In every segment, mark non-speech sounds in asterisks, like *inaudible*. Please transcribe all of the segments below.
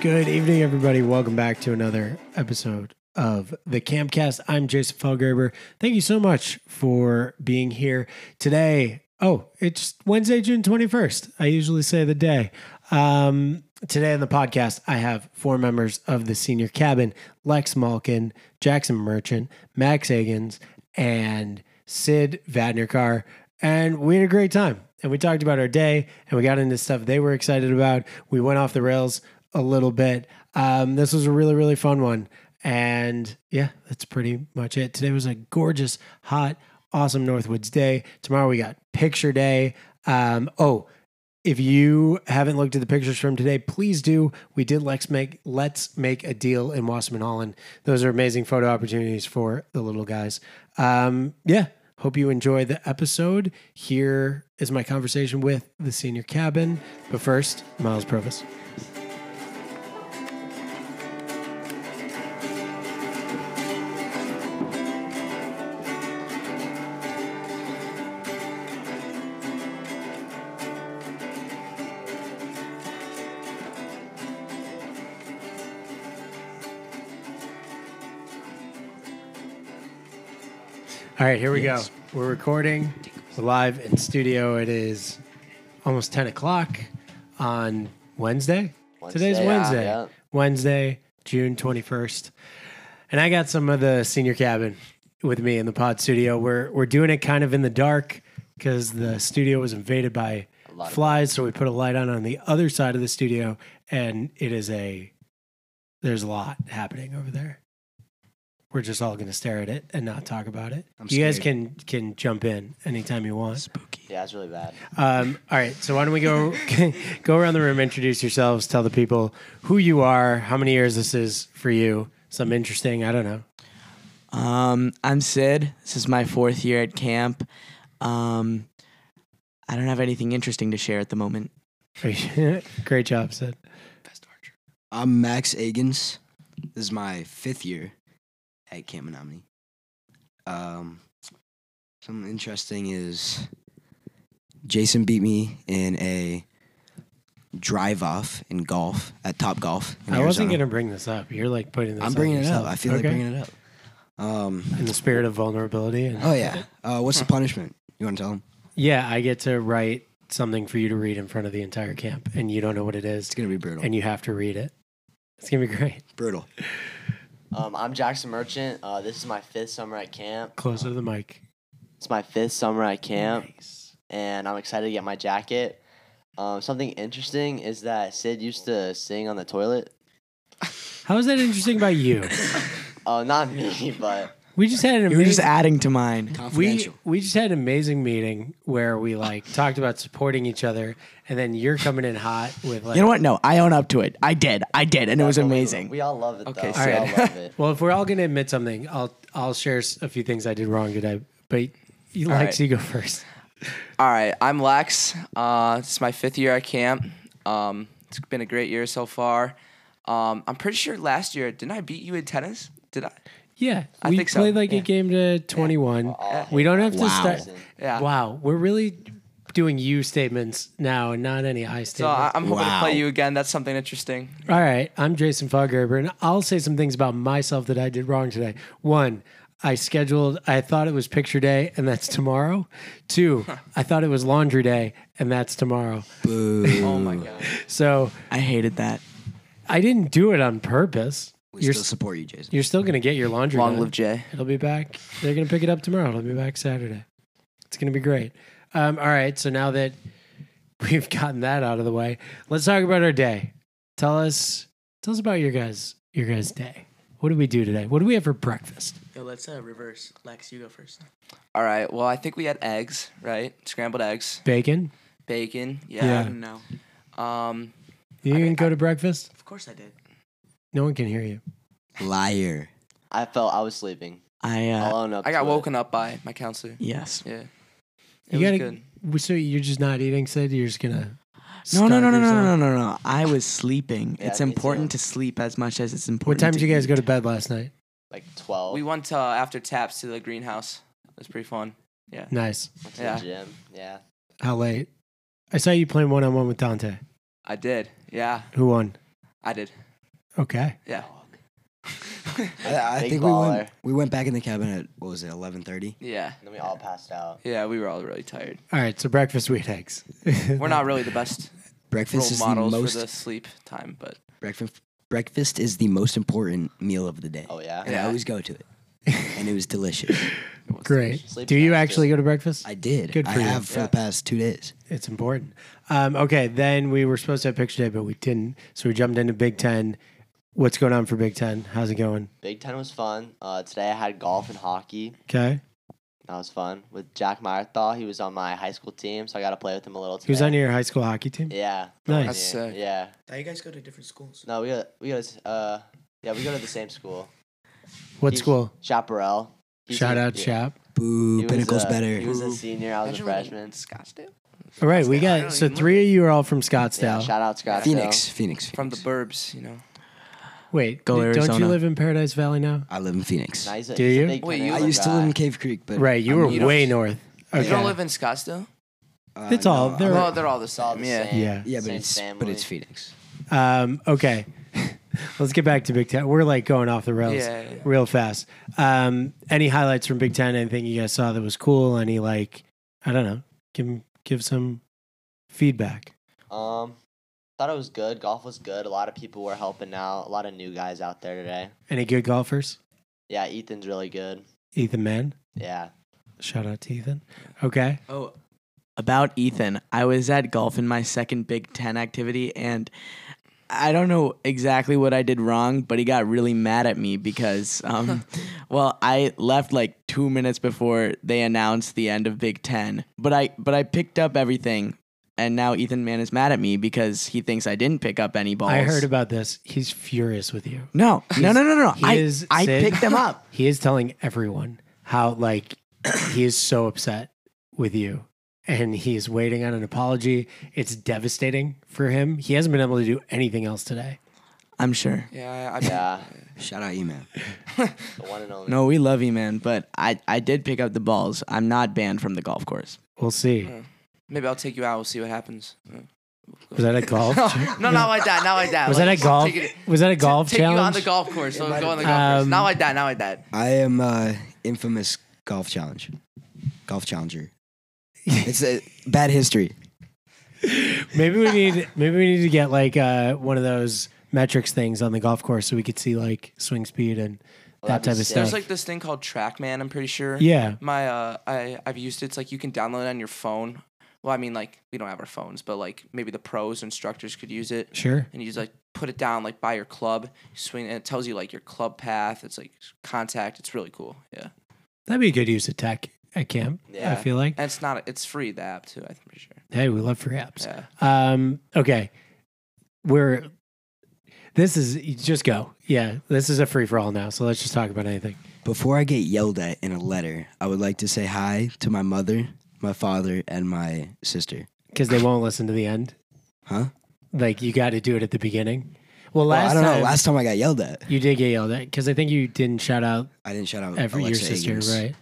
Good evening, everybody. Welcome back to another episode of the Camcast. I'm Jason Felgraber. Thank you so much for being here today. Oh, it's Wednesday, June 21st. I usually say the day. Um, today on the podcast, I have four members of the senior cabin Lex Malkin, Jackson Merchant, Max Agins, and Sid Vadnerkar. And we had a great time. And we talked about our day and we got into stuff they were excited about. We went off the rails a little bit. Um, this was a really, really fun one. And yeah, that's pretty much it. Today was a gorgeous, hot, awesome Northwoods day. Tomorrow we got picture day. Um, oh, if you haven't looked at the pictures from today, please do. We did let's make let's make a deal in Wasserman Holland. Those are amazing photo opportunities for the little guys. Um, yeah, hope you enjoy the episode. Here is my conversation with the senior cabin. But first, Miles Provis. All right, here we go. We're recording. We're live in studio. It is almost 10 o'clock on Wednesday. Today's Wednesday, yeah, Wednesday. yeah. Wednesday, June 21st. And I got some of the senior cabin with me in the pod studio. We're, we're doing it kind of in the dark because the studio was invaded by of flies. So we put a light on on the other side of the studio. And it is a, there's a lot happening over there we're just all going to stare at it and not talk about it. I'm you guys can scared. can jump in anytime you want. Yeah, it's really bad. Um, all right, so why don't we go *laughs* go around the room, introduce yourselves, tell the people who you are, how many years this is for you, some interesting, I don't know. Um, I'm Sid. This is my fourth year at camp. Um, I don't have anything interesting to share at the moment. *laughs* Great job, Sid. I'm Max Agins. This is my fifth year at Camp Menominee. Um, something interesting is Jason beat me in a drive off in golf at Top Golf. In I wasn't Arizona. going to bring this up. You're like putting this. uh, I'm on bringing it yourself. up. I feel like Okay. bringing it up. Um, in the spirit of vulnerability. And, oh yeah. Uh, what's the punishment? You want to tell him? yeah, I get to write something for you to read in front of the entire camp, and you don't know what it is, It's gonna be brutal. and you have to read it. It's gonna be great. brutal. Um, I'm Jackson Merchant. Uh, this is my fifth summer at camp. Closer to the mic. It's my fifth summer at camp, Nice. and I'm excited to get my jacket. Um, something interesting is that Sid used to sing on the toilet. How is that interesting about *laughs* you? Oh, not me, *laughs* but We just had an You're just amazing, adding to mine. we Confidential. we just had an amazing meeting where we like talked about supporting each other, and then you're coming in hot with like. You know what? No, I own up to it. I did. I did, and it was but we- amazing. We all love it. Okay, though. we all Sid. love it. Well, if we're all gonna admit something, I'll I'll share s- a few things I did wrong today. But you like right. you go *laughs* first. All right, I'm Lex. Uh, this is my fifth year at camp. Um, it's been a great year so far. Um, I'm pretty sure last year didn't I beat you in tennis? Did I? Yeah, I we think so. played like Yeah. a game to twenty one. I'll We hate don't that have to Wow. start. person. Yeah. Wow, we're really doing you statements now and not any I statements. So I, I'm hoping to Wow. play you again. That's something interesting. All right, I'm Jason Foggerber, and I'll say some things about myself that I did wrong today. One, I scheduled, I thought it was picture day, and that's tomorrow. Two, I thought it was laundry day, and that's tomorrow. Boo. Oh my god. So I hated that. I didn't do it on purpose. We You're, still support you, Jason. you're still going to get your laundry. Long done. live Jay. It'll be back. They're going to pick it up tomorrow. It'll be back Saturday. It's going to be great. Um, all right. So now that *laughs* we've gotten that out of the way, let's talk about our day. Tell us, tell us about your guys, your guys' day. What did we do today? What do we have for breakfast? Yo, let's uh, reverse. Lex, you go first. All right. Well, I think we had eggs, right? Scrambled eggs, Bacon. bacon. Yeah. Yeah. No, Um, You I- didn't go to breakfast. of course I did. No one can hear you. Liar. Oh. I felt I was sleeping. I uh, I'll own up. I to got it. woken up by my counselor. yes. Yeah. You It was gotta- good. So you're just not eating, Sid. You're just gonna. No, no, starve no, no, no, yourself? no, no, no, no. I *laughs* was sleeping. Yeah, it's me too. important to sleep as much as it's What important. time did to you guys eat. go to bed last night? like twelve. We went uh, after taps to the greenhouse. It was pretty fun. Nice. went to yeah. the gym. Yeah. How late? I saw you playing one on one with Dante. I did. Yeah, Who won? I did. Okay. Yeah. I, I Big think we went, baller. we went back in the cabin at, what was it, 11.30? *laughs* Yeah. And then we all passed out. Yeah, we were all really tired. All right. So breakfast, wheat eggs. *laughs* We're not really the best Breakfast role is the models most for the sleep time, but breakfast breakfast is the most important meal of the day. Oh yeah. And I Yeah. always go to it. and it was delicious. it was Great. Sleep Do you now, actually go to breakfast? I did. Good I for you. have for Yeah. the past two days. It's important. Um, okay, then we were supposed to have picture day, but we didn't. So we jumped into Big Ten. What's going on for Big Ten? How's it going? Big Ten was fun. Uh, today I had golf and hockey. Okay. That was fun with Jack Meyerthal. He was on my high school team, so I got to play with him a little. Today. Who's on your high school hockey team? Yeah. Nice. That's sick. Yeah. Now you guys go to different schools. No, we go, we go to uh, yeah, we go to the same school. What He's- school? Chaparral. He's Shout a- out, yeah. Chap. Boo, He was, Pinnacle's uh, better. He was a Ooh. senior. I was a Imagine living freshman. in Scottsdale? All right, we Scottsdale. I got don't so even three of you are all from Scottsdale. Yeah, shout out Scott. Phoenix, Phoenix, Phoenix. From the burbs, you know. Wait, Go d- don't you Arizona. live in Paradise Valley now? I live in Phoenix. Now I he's a, Do he's a you? big Wait, Penn you Island live used to guy. live in Cave Creek, but Right, you I were mean, you don't- way north. Okay. You don't live in Scottsdale? uh, It's all- I- they're- Well, they're all the It's all same. the yeah. same. Yeah. yeah, but same it's but family. it's Phoenix. Um, okay, *laughs* let's get back to Big Ten. We're like going off the rails Yeah, yeah. real fast. Um, any highlights from Big Ten? Anything you guys saw that was cool? Any like, I don't know, give give some feedback. Um, thought it was good. Golf was good. A lot of people were helping out. A lot of new guys out there today. Any good golfers? Yeah, Ethan's really good. Ethan Mann. Yeah. Shout out to Ethan. Okay. Oh, about Ethan. I was at golf in my second Big Ten activity, and I don't know exactly what I did wrong, but he got really mad at *laughs* me because, um, well, I left like two minutes before they announced the end of Big Ten, but I but I picked up everything. And now Ethan Mann is mad at me because he thinks I didn't pick up any balls. I heard about this. He's furious with you. *laughs* No, no, no, no, no. He I, is I Sid. picked *laughs* them up. He is telling everyone how like *clears throat* he is so upset with you and he is waiting on an apology. It's devastating for him. He hasn't been able to do anything else today. I'm sure. Yeah. I, Yeah. Shout out you, man. The one and only. Oh. No, we love you, man. But I, I did pick up the balls. I'm not banned from the golf course. We'll see. Maybe I'll take you out. We'll see what happens. Was that a golf? *laughs* no, not like that. Not like that. was that a Like, golf? Take, it, Was that a golf take challenge? you on *laughs* the golf course. So go on the golf course. Um, Not like that. Not like that. I am uh, infamous golf challenge, golf challenger. it's a bad history. maybe we need maybe we need to get like uh, one of those metrics things on the golf course so we could see like swing speed and Oh, Well, that that'd be type of sick. stuff. There's like this thing called TrackMan. I'm pretty sure. yeah. My uh, I I've used it. It's like you can download it on your phone. Well, I mean, like we don't have our phones, but like maybe the pros instructors could use it. Sure. and you just like put it down like by your club swing and it tells you like your club path it's like contact it's really cool yeah That'd be a good use of tech at camp. I Yeah. feel like. and it's not it's free the app too i'm pretty sure Hey, we love free apps. yeah Um, okay. We're this is you just go. Yeah, this is a free for all now. So let's just talk about anything. Before I get yelled at in a letter, I would like to say hi to my mother, my father, and my sister. Because they won't listen to the end. Huh? Like you gotta do it at the beginning. Well Well, last I don't time know. Last time I got yelled at, you did get yelled at because I think you didn't shout out I didn't shout out every your Alexa sister, Higgins. right?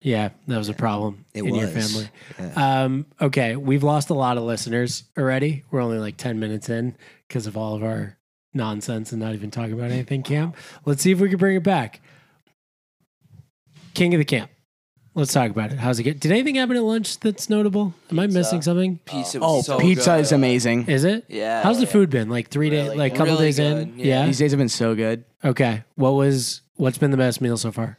Yeah, that was a problem It in your was. family. Yeah. Um, okay, we've lost a lot of listeners already. We're only like 10 minutes in because of all of our nonsense and not even talking about anything, Camp. Let's see if we can bring it back. King of the Camp. Let's talk about it. How's it get? Did anything happen at lunch that's notable? Am I Pizza. missing something? pizza Oh, was so pizza good. is amazing. Is it? yeah How's the food been? Like three days, Really like a good. couple Really days in? good, yeah. These days have been so good. yeah. Okay. What was, what's been the best meal so far?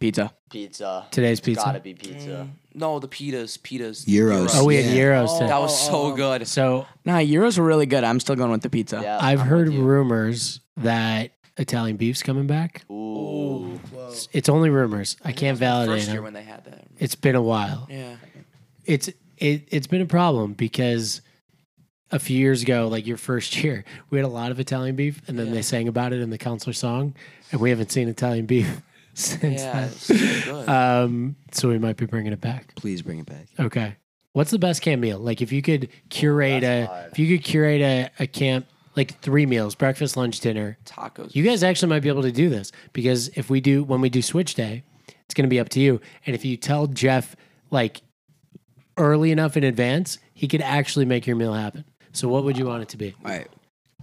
Pizza. Pizza. Today's It's Gotta pizza. be pizza. Mm, no the pitas pitas Euros. Oh, we had Yeah. Euros today. that was so good So Nah, euros were really good. I'm still going with the pizza. Yeah, I've I'm heard with you. rumors that Italian beef's coming back. Ooh. Whoa. It's only rumors. I That can't was the validate first year them. when they had that It's been a while. yeah It's it, it's been a problem because a few years ago, like your first *laughs* year, we had a lot of Italian beef, and then Yeah. they sang about it in the counselor song, and we haven't seen Italian beef *laughs* since yeah then. it's so good. Um, so we might be bringing it back. Please bring it back. Okay. What's the best camp meal? Like if you could curate that's a hard. if you could curate a, a camp like three meals, breakfast, lunch, dinner, tacos You guys actually might be able to do this because if we do when we do switch day, it's going to be up to you. And if you tell Jeff like early enough in advance, he could actually make your meal happen. So what would you want it to be? All right.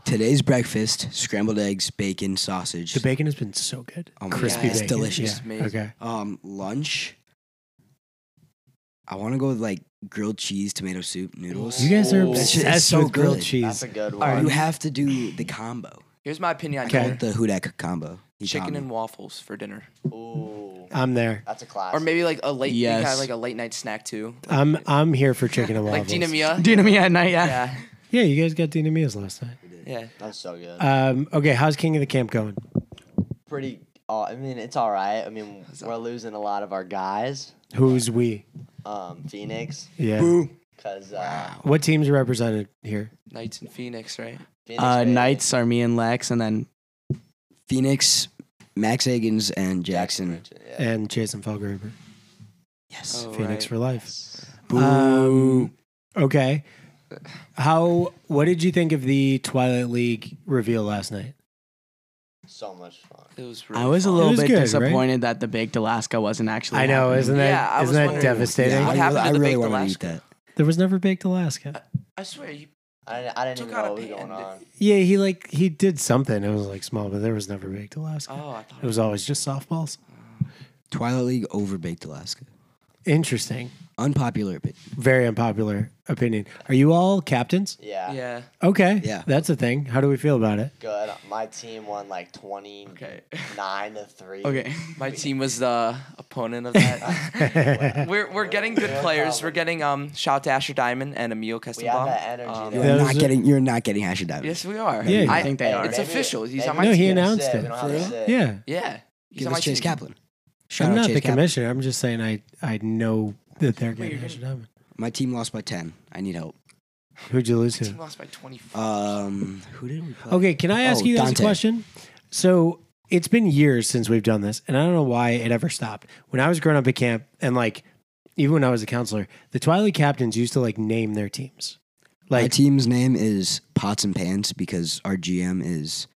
Today's breakfast: scrambled eggs, bacon, sausage. The bacon has been so good. Oh my Crispy God, it's bacon. delicious. Yeah, Amazing. Okay. Um, lunch. I want to go with like grilled cheese, tomato soup, noodles. You guys are Ooh. That shit is obsessed so with grilled good. That's cheese. a good one. Or you have to do the combo. Here's my opinion on Okay. dinner. The Hudak combo. He taught chicken me. and waffles for dinner, Ooh, I'm there. that's a class. or maybe like a late, Yes. kind of like a late night snack too, I'm I'm here for chicken and like waffles. *laughs* Dina Mia. Do you know me at night? Yeah. Yeah, Yeah, you guys got Dina Mia's last night. yeah. that's so good. Um, okay, how's King of the Camp going? Pretty. Uh, I mean, it's all right. I mean, we're losing a lot of our guys. Who's we? Um, Phoenix, Yeah. because uh, What teams are represented here? Knights in Phoenix, right? Phoenix Uh, made it. Knights are me and Lex, and then Phoenix, Max Agins, and Jackson. Yeah. And Jason Felgraber. Yes. Oh, Phoenix right. for life. Boo. Um, okay. Uh, How? What did you think of the Twilight League reveal last night? So much fun. It was. Really I was a fun. little was bit good, right? disappointed that the Baked Alaska wasn't actually. I know, happening. isn't that Yeah, I not was that wondering. devastating? Yeah, What I happened really, to the I really baked want to eat Alaska? that. There was never baked Uh, Alaska. I swear, you I didn't, I didn't Took even out know a what was band. going on. Yeah, he like he did something. It was like small, but there was never baked Alaska. Oh, I thought It was always just softballs. Twilight League over Baked Alaska. Interesting. Unpopular opinion. Very unpopular opinion. Are you all captains? Yeah, Yeah. Okay. Yeah. That's a thing. How do we feel about it? good. My team won like twenty nine *laughs* Okay. to three. Okay. *laughs* *laughs* My team was the opponent *laughs* of that. we're we're getting good players. We're getting um shout to Asher Diamond and Emil We have that Kestenbaum. energy. Um, though. That You're was not a- getting. You're not getting hash diamond. Yes, we are. Yeah, I I think they are. It's Maybe- official. He's maybe on my we No, he team. don't have announced Sid. it. We don't have For real? Sid. Yeah. Yeah. He's Give on my us Chase team. Kaplan. Shout I'm out not Chase the Kaplan. commissioner. I'm just saying I I know that they're getting Asher Diamond. My team lost by ten. I need help. Who'd you lose My team Uh, to? lost by Uh, 24. Um, who did we play? Okay, can I ask Oh, you guys Dante. a question? So it's been years since we've done this, and I don't know why it ever stopped. When I was growing up at camp, and like even when I was a counselor, the Twilight captains used to like name their teams. My Like team's name is Pots and Pans because our GM is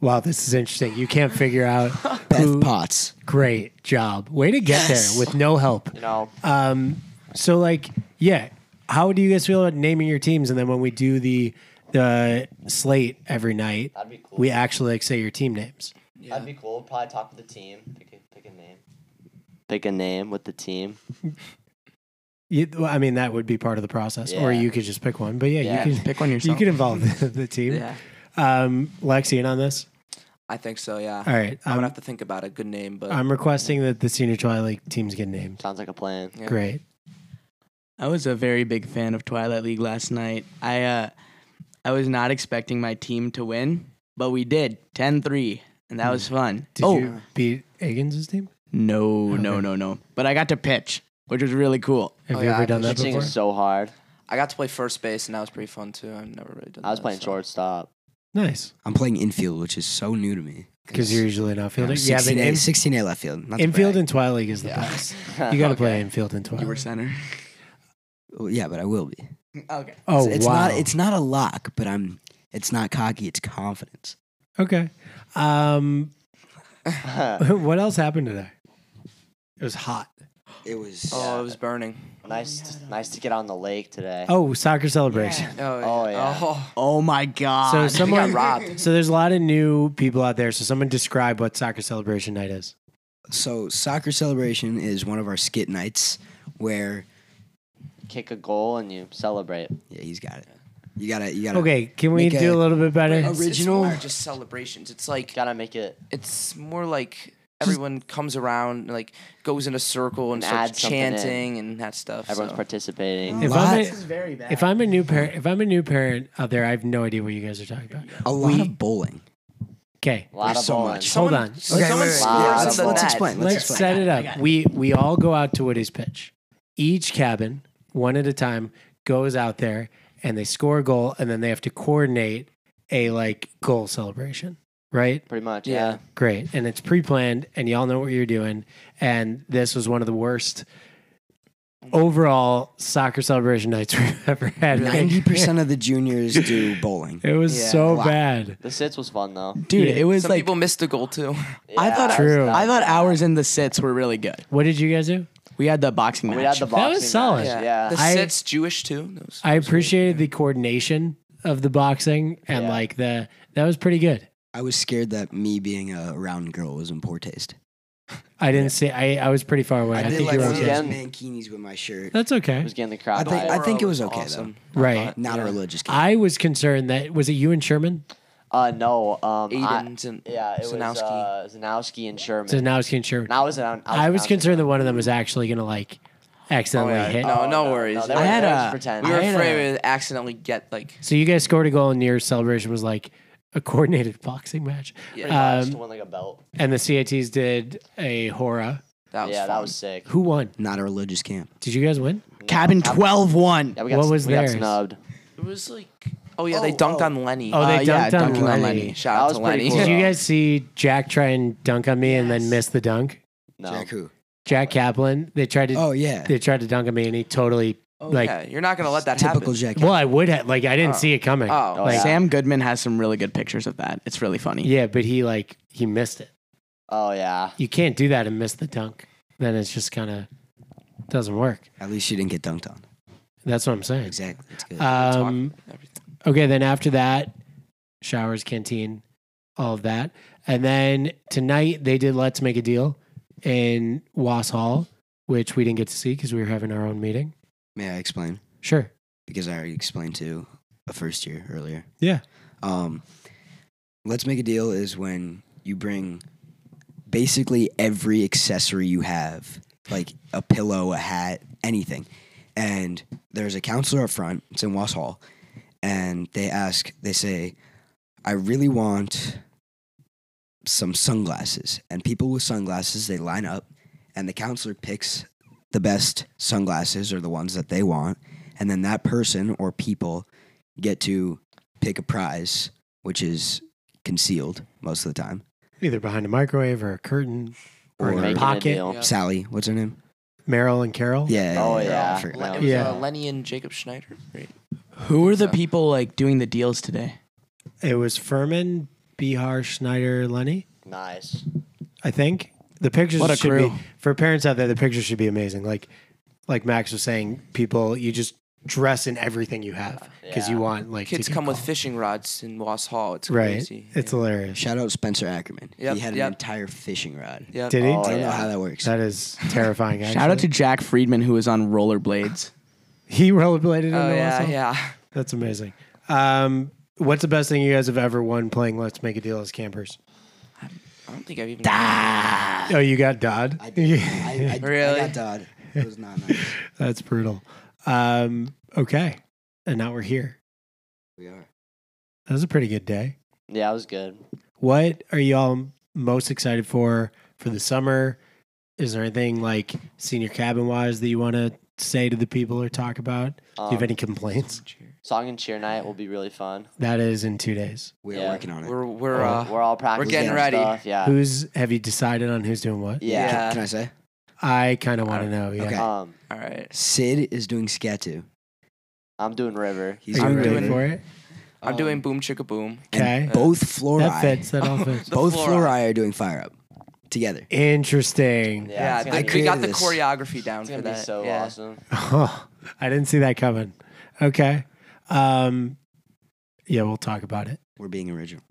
Wow, this is interesting. You can't figure *laughs* out. Beth who- Potts. Great job. Way to get there with no help. You know, Um, so like, yeah, how do you guys feel about naming your teams? And then when we do the the slate every night, that'd be cool. we actually like say your team names. yeah. That'd be cool. We'd probably talk with the team. Pick a, pick a name. Pick a name with the team. You, well, I mean, that would be part of the process, or Yeah. you could just pick one. But yeah, Yeah, you can Pick one you yourself. could involve the, *laughs* the team. Yeah. Um, Lexi, in on this. I think so, yeah. All right, I'm- I'm going to have to think about a good name, but I'm requesting that the senior Twilight League teams get named. Sounds like a plan. Yeah. Great. I was a very big fan of Twilight League last night. I uh, I was not expecting my team to win, but we did 10-3, and that was fun. Hmm. Did oh you beat Agins' team? no, no, Okay. no, no! But I got to pitch, which was really cool. Have Oh, you yeah, ever I done that Pitching before? is so hard. I got to play first base, and that was pretty fun, too. I've never really done I was that, playing so. shortstop. *laughs* nice, I'm playing infield, which is so new to me. because you're usually an outfielder. Yeah, but 16 A, in- 16 A left field. Not to infield brag. and Twilight League is the best. You got to play infield and Twilight. You were center. Well, yeah, but I will be. Okay. oh it's, it's wow! not. It's not a lock, but I'm. It's not cocky. It's confidence. okay. Um, *laughs* nice what else happened today? It was hot. It was. Oh, it was burning. nice to get on the lake today. Oh, soccer celebration. Oh, yeah. Oh, yeah. Oh. Oh my *laughs* god! So someone got robbed. So there's a lot of new people out there. So someone describe what soccer celebration night is. So soccer celebration is one of our skit nights where. Kick a goal and you celebrate. Yeah, he's got it. You gotta. You gotta. Okay, can we Make a- do a little bit better? It's, it's Original. more just celebrations. It's like Gotta make it it's more like everyone comes around and like goes in a circle and, And starts adds something in. chanting and that stuff. everyone's so. participating. If I'm Lot- a, very bad. if I'm a new parent, if I'm a new parent out there, I have no idea what you guys are talking about. A lot We- of bowling. Okay, A lot There's of so bowling. much. hold on. Okay, let's, someone let's- scores let's- in let's the net. explain. Let's, Let's explain. set it I got up. it. We we all go out to Woody's pitch. Each cabin, one at a time, goes out there and they score a goal, and then they have to coordinate a like goal celebration, right? Pretty much, yeah. Yeah. Great. And it's pre planned, and y'all know what you're doing. And this was one of the worst overall soccer celebration nights *laughs* we've ever had. Ninety percent of the juniors do bowling. *laughs* It was Yeah, so wow. bad. The sits was fun though. dude, Yeah. it was Some like people missed the goal too. I Yeah, thought it was True. not I thought bad. hours in the sits were really good. What did you guys do? We had the boxing match. We had the boxing That was solid. match, Yeah. *laughs* Yeah. The I- sit's Jewish too. That was- I that was weird. appreciated the coordination of the boxing and Yeah. like the that was pretty good. I was scared that me being a round girl was in poor taste. I didn't see. I I was pretty far away. I, did think like you were one see of okay. that. those mankinis with my shirt. That's It okay. was getting the crowd. I think- hyped. it was okay, though. Right. Not a Yeah. religious. Kid. I was concerned that was it you and Sherman uh, no. Um, I- Aiden Zan- yeah, it was Zanowski. uh, Zanowski and Sherman. Zanowski and Sherman. and I was, an, I was announcing concerned them. that one of them was actually gonna like accidentally Oh, yeah. hit. No, no worries. they I were- had they were just a- pretend. We were I had afraid a- we'd accidentally get like So you guys scored a goal and your celebration was like a coordinated *laughs* boxing match. Pretty much Um, to win like a belt. and the CATs did a hora. that was yeah, fun. that was sick. Who won? Not a religious camp. Did you guys win? Cabin 12 1. Yeah, we got, What s- was we theirs? got snubbed. It was like oh yeah, Oh, they dunked oh. on Lenny. Oh, they Uh, dunked yeah, on dunking on Lenny. Lenny. Shout That out was to pretty Lenny. cool. Did you Yeah. guys see Jack try and dunk on me and then Yes. miss the dunk? No. Jack who? Jack Kaplan. They tried to Oh yeah. they tried to dunk on me and he totally Oh, like yeah, you're not gonna let that Typical happen. Jack. well I would have like I didn't Oh. see it coming. Oh, Like- Sam Goodman has some really good pictures of that. It's really funny. Yeah, but he like he missed it. Oh yeah. You can't do that and miss the dunk. Then it's just kind of doesn't work. At least you didn't get dunked on. That's what I'm saying. Exactly. That's good. Um, Oh, Talk, everything. okay, then after that, showers, canteen, all of that, and then tonight they did let's make a deal in Wass Hall, which we didn't get to see because we were having our own meeting. May I explain? Sure. Because I already explained to a first year earlier. Yeah. Um, let's make a deal is when you bring basically every accessory you have, like a pillow, a hat, anything. And there's a counselor up front, it's in Wass Hall, and they ask, they say, I really want some sunglasses. And people with sunglasses, they line up, and the counselor picks the best sunglasses or the ones that they want. And then that person or people get to pick a prize, which is concealed most of the time. Either behind a microwave or a curtain or, Or- in a Making a pocket. deal. Yeah. Sally, what's her name? Merrill and Carol. Yeah. Oh, I yeah. forgot. Le- No. it was, Yeah. uh, Lenny and Jacob Schneider. Right. Who are the So- people like doing the deals today? It was Furman, Bihar, Schneider, Lenny. Nice. I think the pictures What a should crew. be for parents out there. The pictures should be amazing. Like, like Max was saying, people you just dress in everything you have because you Yeah. want like to Kids get come with called. fishing rods in Wass Hall. It's right. crazy. It's yeah. hilarious. Shout out Spencer Ackerman. Yep, he had yep. an entire fishing rod. Yep. Did he? Oh, I don't know yeah. how that works. That is terrifying. Actually. *laughs* Shout out to Jack Friedman, who was on rollerblades. he rollerbladed in Oh the yeah, Wausau? yeah. That's amazing. Um, what's the best thing you guys have ever won playing Let's Make a Deal as campers? I don't think I've even. Oh, you got Dodd. I, I, I, *laughs* Really? I got Dodd. It was not nice. That's brutal. Um, okay, and now we're here. we are. That was a pretty good day. Yeah, it was good. What are y'all most excited for for the summer? Is there anything like senior cabin wise that you want to say to the people or talk about? Do you have Um, any *laughs* complaints? Song and cheer night will be really fun. That is in two days. We are Yeah. working on it. We're Oh, we're uh, we're all practicing. getting and ready. Stuff. Yeah. Who's have you decided on who's doing what? Can- yeah. Yeah. Can I say? I kind of want to know. Yeah. Okay. Um, all right. Sid is doing Skatu. I'm doing River. He's Are you I'm ready doing- for it? Oh. I'm Um, doing boom chicka boom. *laughs* Okay. And both Flori. That fits. That all fits. The both Flori. Flori are doing Fire Up together. Interesting. Yeah, it's the- gonna be- I we got created the this. choreography down It's for gonna be that. so yeah. awesome. Oh, I didn't see that coming. Okay. Um, yeah, we'll talk about it. We're being original.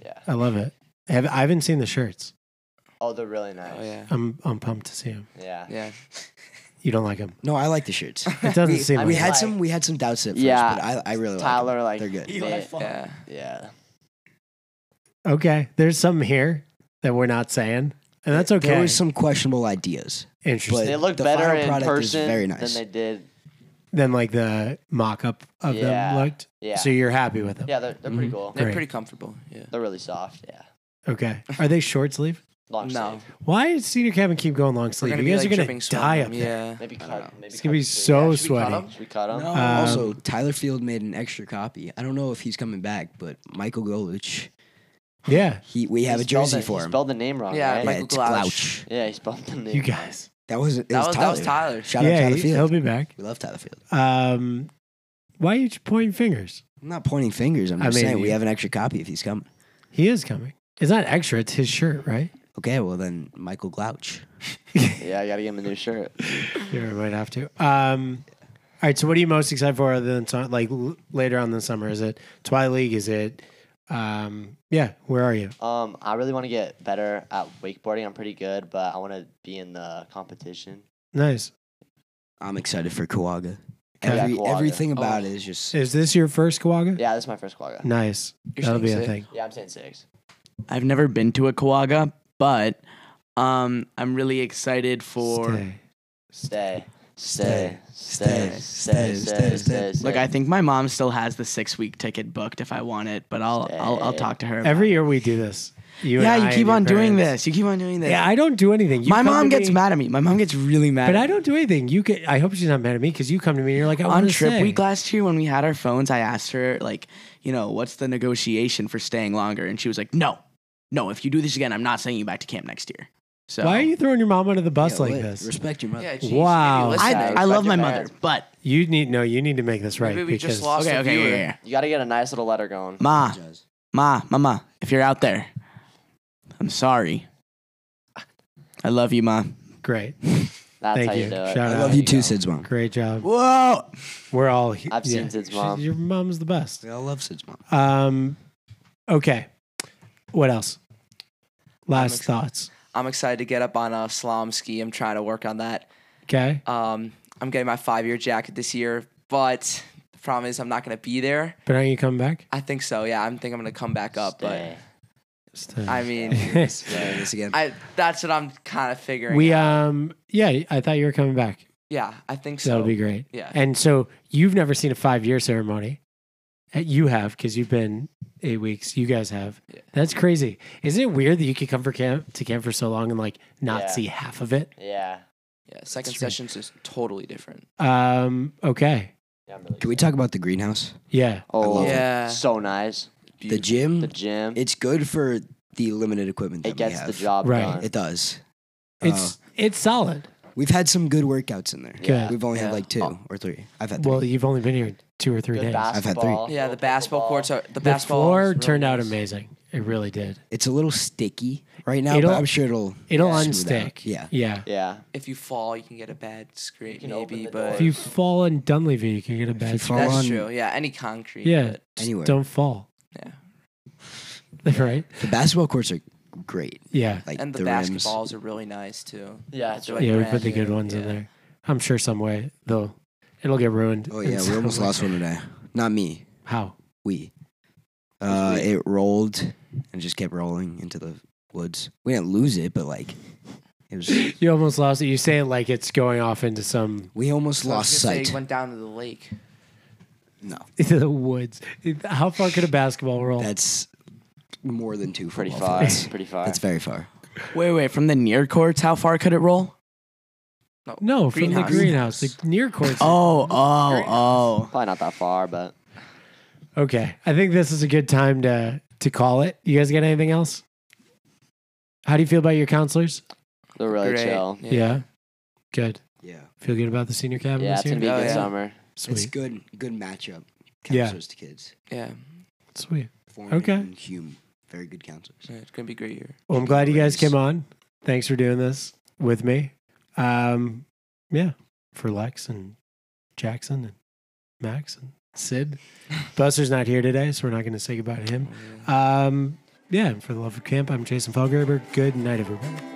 Yeah. I love it. Have, I haven't seen the shirts. Oh, they're really nice. Oh yeah, I'm I'm pumped to see them. Yeah. yeah. You don't like them. No, I like the shirts. It doesn't We- seem I like we mean, it. had like- some. We had some doubts at first, Yeah. but I, I really Tyler, like like, them. They're good. Eli Funk. yeah. Yeah. okay. There's something here that we're not saying, and that's okay. There was some questionable ideas. Interesting. They But look the better final in product is person very nice. than they did. then like the mock-up of Yeah. them looked. Yeah. So you're happy with them? yeah, they're, they're pretty Mhm. cool. They're Great. pretty comfortable. Yeah. They're really soft. Yeah. Okay. Are they short sleeve? Long No. sleeve. Why is senior cabin keep going long We're sleeve? gonna You be, guys like, are gonna dripping sweat die on up them. there. Yeah. Maybe I cut. don't Maybe It's gonna be cut the sleeve. so Yeah, should we cut sweaty. them? Should we cut 'em? No. Um, also, Tyler Field made an extra copy. I don't know if he's coming back, but Michael Golich, Yeah. he we have He a spelled jersey it- for he him. Spelled the name wrong. Yeah, right? yeah, Michael it's Glouch. Glouch. Yeah, he spelled the name. You wrong. guys. That was it That was, was Tyler. that was Tyler. Shout out yeah. Tyler he- He'll Field. be back. We love Tyler Field. Um, why are you pointing fingers? I'm not pointing fingers. I'm I just mean, saying we you- have an extra copy if he's coming. He is coming. It's not extra. It's his shirt, right? Okay, well then, *laughs* Michael Glouch. Yeah, I gotta get him a new shirt. You might have to. Um, all right. So, what are you most excited for other than so- like l- later on this summer? Is it Twilight League? Is it? Um, yeah. Where are you? Um, I really want to get better at wakeboarding. I'm pretty good, but I want to be in the competition. Nice. I'm excited for Kawaga. Yeah, Every, Kawaga. Everything Oh. about it is just. Is this your first Kawaga? Yeah, this is my first quagga. Nice. You're That'll be saying a six? thing. Yeah, I'm saying six. I've never been to a Kawaga, but um, I'm really excited for. Stay. Stay, stay, Stay. stay, Stay. stay, Stay. stay, stay. Look, I think my mom still has the six week ticket booked if I want it, but I'll I'll, I'll Stay. talk to her. about Every it. year we do this. You and yeah, I you and keep your on doing parents. this. You keep on doing this. Yeah, I don't do anything. You my come to mom gets me- mad at me. My mom gets really mad. But at I me. don't do anything. You get. I hope she's not mad at me because you come to me and you're like, I want on to trip stay. week last year when we had our phones, I asked her like, you know, what's the negotiation for staying longer, and she was like, no, no. If you do this again, I'm not sending you back to camp next year. So Why are you throwing your mom under the bus Yeah, like lit. this? Respect your mother. Yeah, geez, Wow. Maybe listen, I, Yeah, I respect love my your mother, parents. but You need no. You need to make this right. Maybe we just because- lost okay, a okay, viewer. yeah, yeah. you gotta get a nice little letter going. ma, Apologize. ma, mama, if you're out there, I'm sorry. I love you, ma. Great, That's Thank how you, you. do it. Shout I out. love There you you too, Sid's mom. great job. Whoa. We're all. I've seen Sid's She's- mom. Your mom's the best. We all love Sid's mom. Um, okay. What else? Last excited. thoughts. I'm excited to get up on a slalom ski. I'm trying to work on that. Okay. Um, I'm getting my five year jacket this year, but the problem is I'm not gonna be there. But aren't you coming back? I think so. Yeah, I am think I'm gonna come back up, Stay. Stay. *laughs* but I mean, Say this again. I that's what I'm kind of figuring. we out. um. Yeah, I thought you were coming back. yeah, I think so. That'll be great. Yeah. And so you've never seen a five year ceremony. Uh, You have because you've been eight weeks. You guys have. Yeah. That's crazy. Isn't it weird that you could come for camp to camp for so long and like not Yeah. see half of it? Yeah. yeah, second That's right. sessions is totally different. Um. Okay. yeah I'm really Can we excited. talk about the greenhouse? Yeah. Oh, love it. Yeah. So nice. The gym. The gym. It, it's good for the limited equipment that we gets have. the job Right. done. It does. It's it's solid. We've had some good workouts in there. Yeah. We've only had Yeah. like two or three. I've had three. Well, you've only been here two or three Good days. had three. basketball. Yeah, the good basketball pickleball. courts are the, The basketball floor is really turned out nice. amazing. It really did. it's a little sticky right now, It'll- but I'm sure it'll. It'll Yeah. Smooth out. unstick. Yeah. Yeah. Yeah. If you fall, you can get a bad scrape, can open maybe. the But If you fall on Dunleavy, you can get a bad fall fall. that's on- true. Yeah, any concrete. Yeah. but- Just Anywhere. Don't fall. yeah. *laughs* right. The basketball courts are great. Yeah. Like and the, rims. basketballs are really nice too. Yeah, It's it's like Yeah, we brand put the good new, ones in yeah. there. I'm sure some way they'll it'll get ruined. Oh in yeah, we some almost way. lost one today. Not me. How? We. Uh, we? it rolled and just kept rolling into the woods. We didn't lose it, but like it was. You almost lost it. You say it like it's going off into some *laughs* We almost I was lost gonna say sight. you went down to the lake. no, into the woods. How far could a basketball roll? that's more than two. Pretty football far. fields. Pretty far. That's very far. Wait, wait. From the near courts, how far could it roll? no, from greenhouse. the greenhouse, the near *laughs* courts. Oh, oh, oh. Probably not that far, but Okay, I think this is a good time to to call it. You guys got anything else? How do you feel about your counselors? they're really Great. chill. Yeah, good. Yeah, Feel good about the senior cabin Yeah, this it's year. gonna be a Oh, good yeah. summer. it's Sweet, good. Good matchup. Yeah. Counselors to kids. Yeah. sweet. Foreman Okay. and Hume, very good counselors. Yeah, It's gonna be a great year. Well, I'm glad you guys Raise. came on. Thanks for doing this with me. Um, yeah, for Lex and Jackson and Max and *laughs* Sid. Buster's not here today, so we're not going to say goodbye to him. Um, yeah, for the love of camp, I'm Jason Felgerber. Good night, everybody.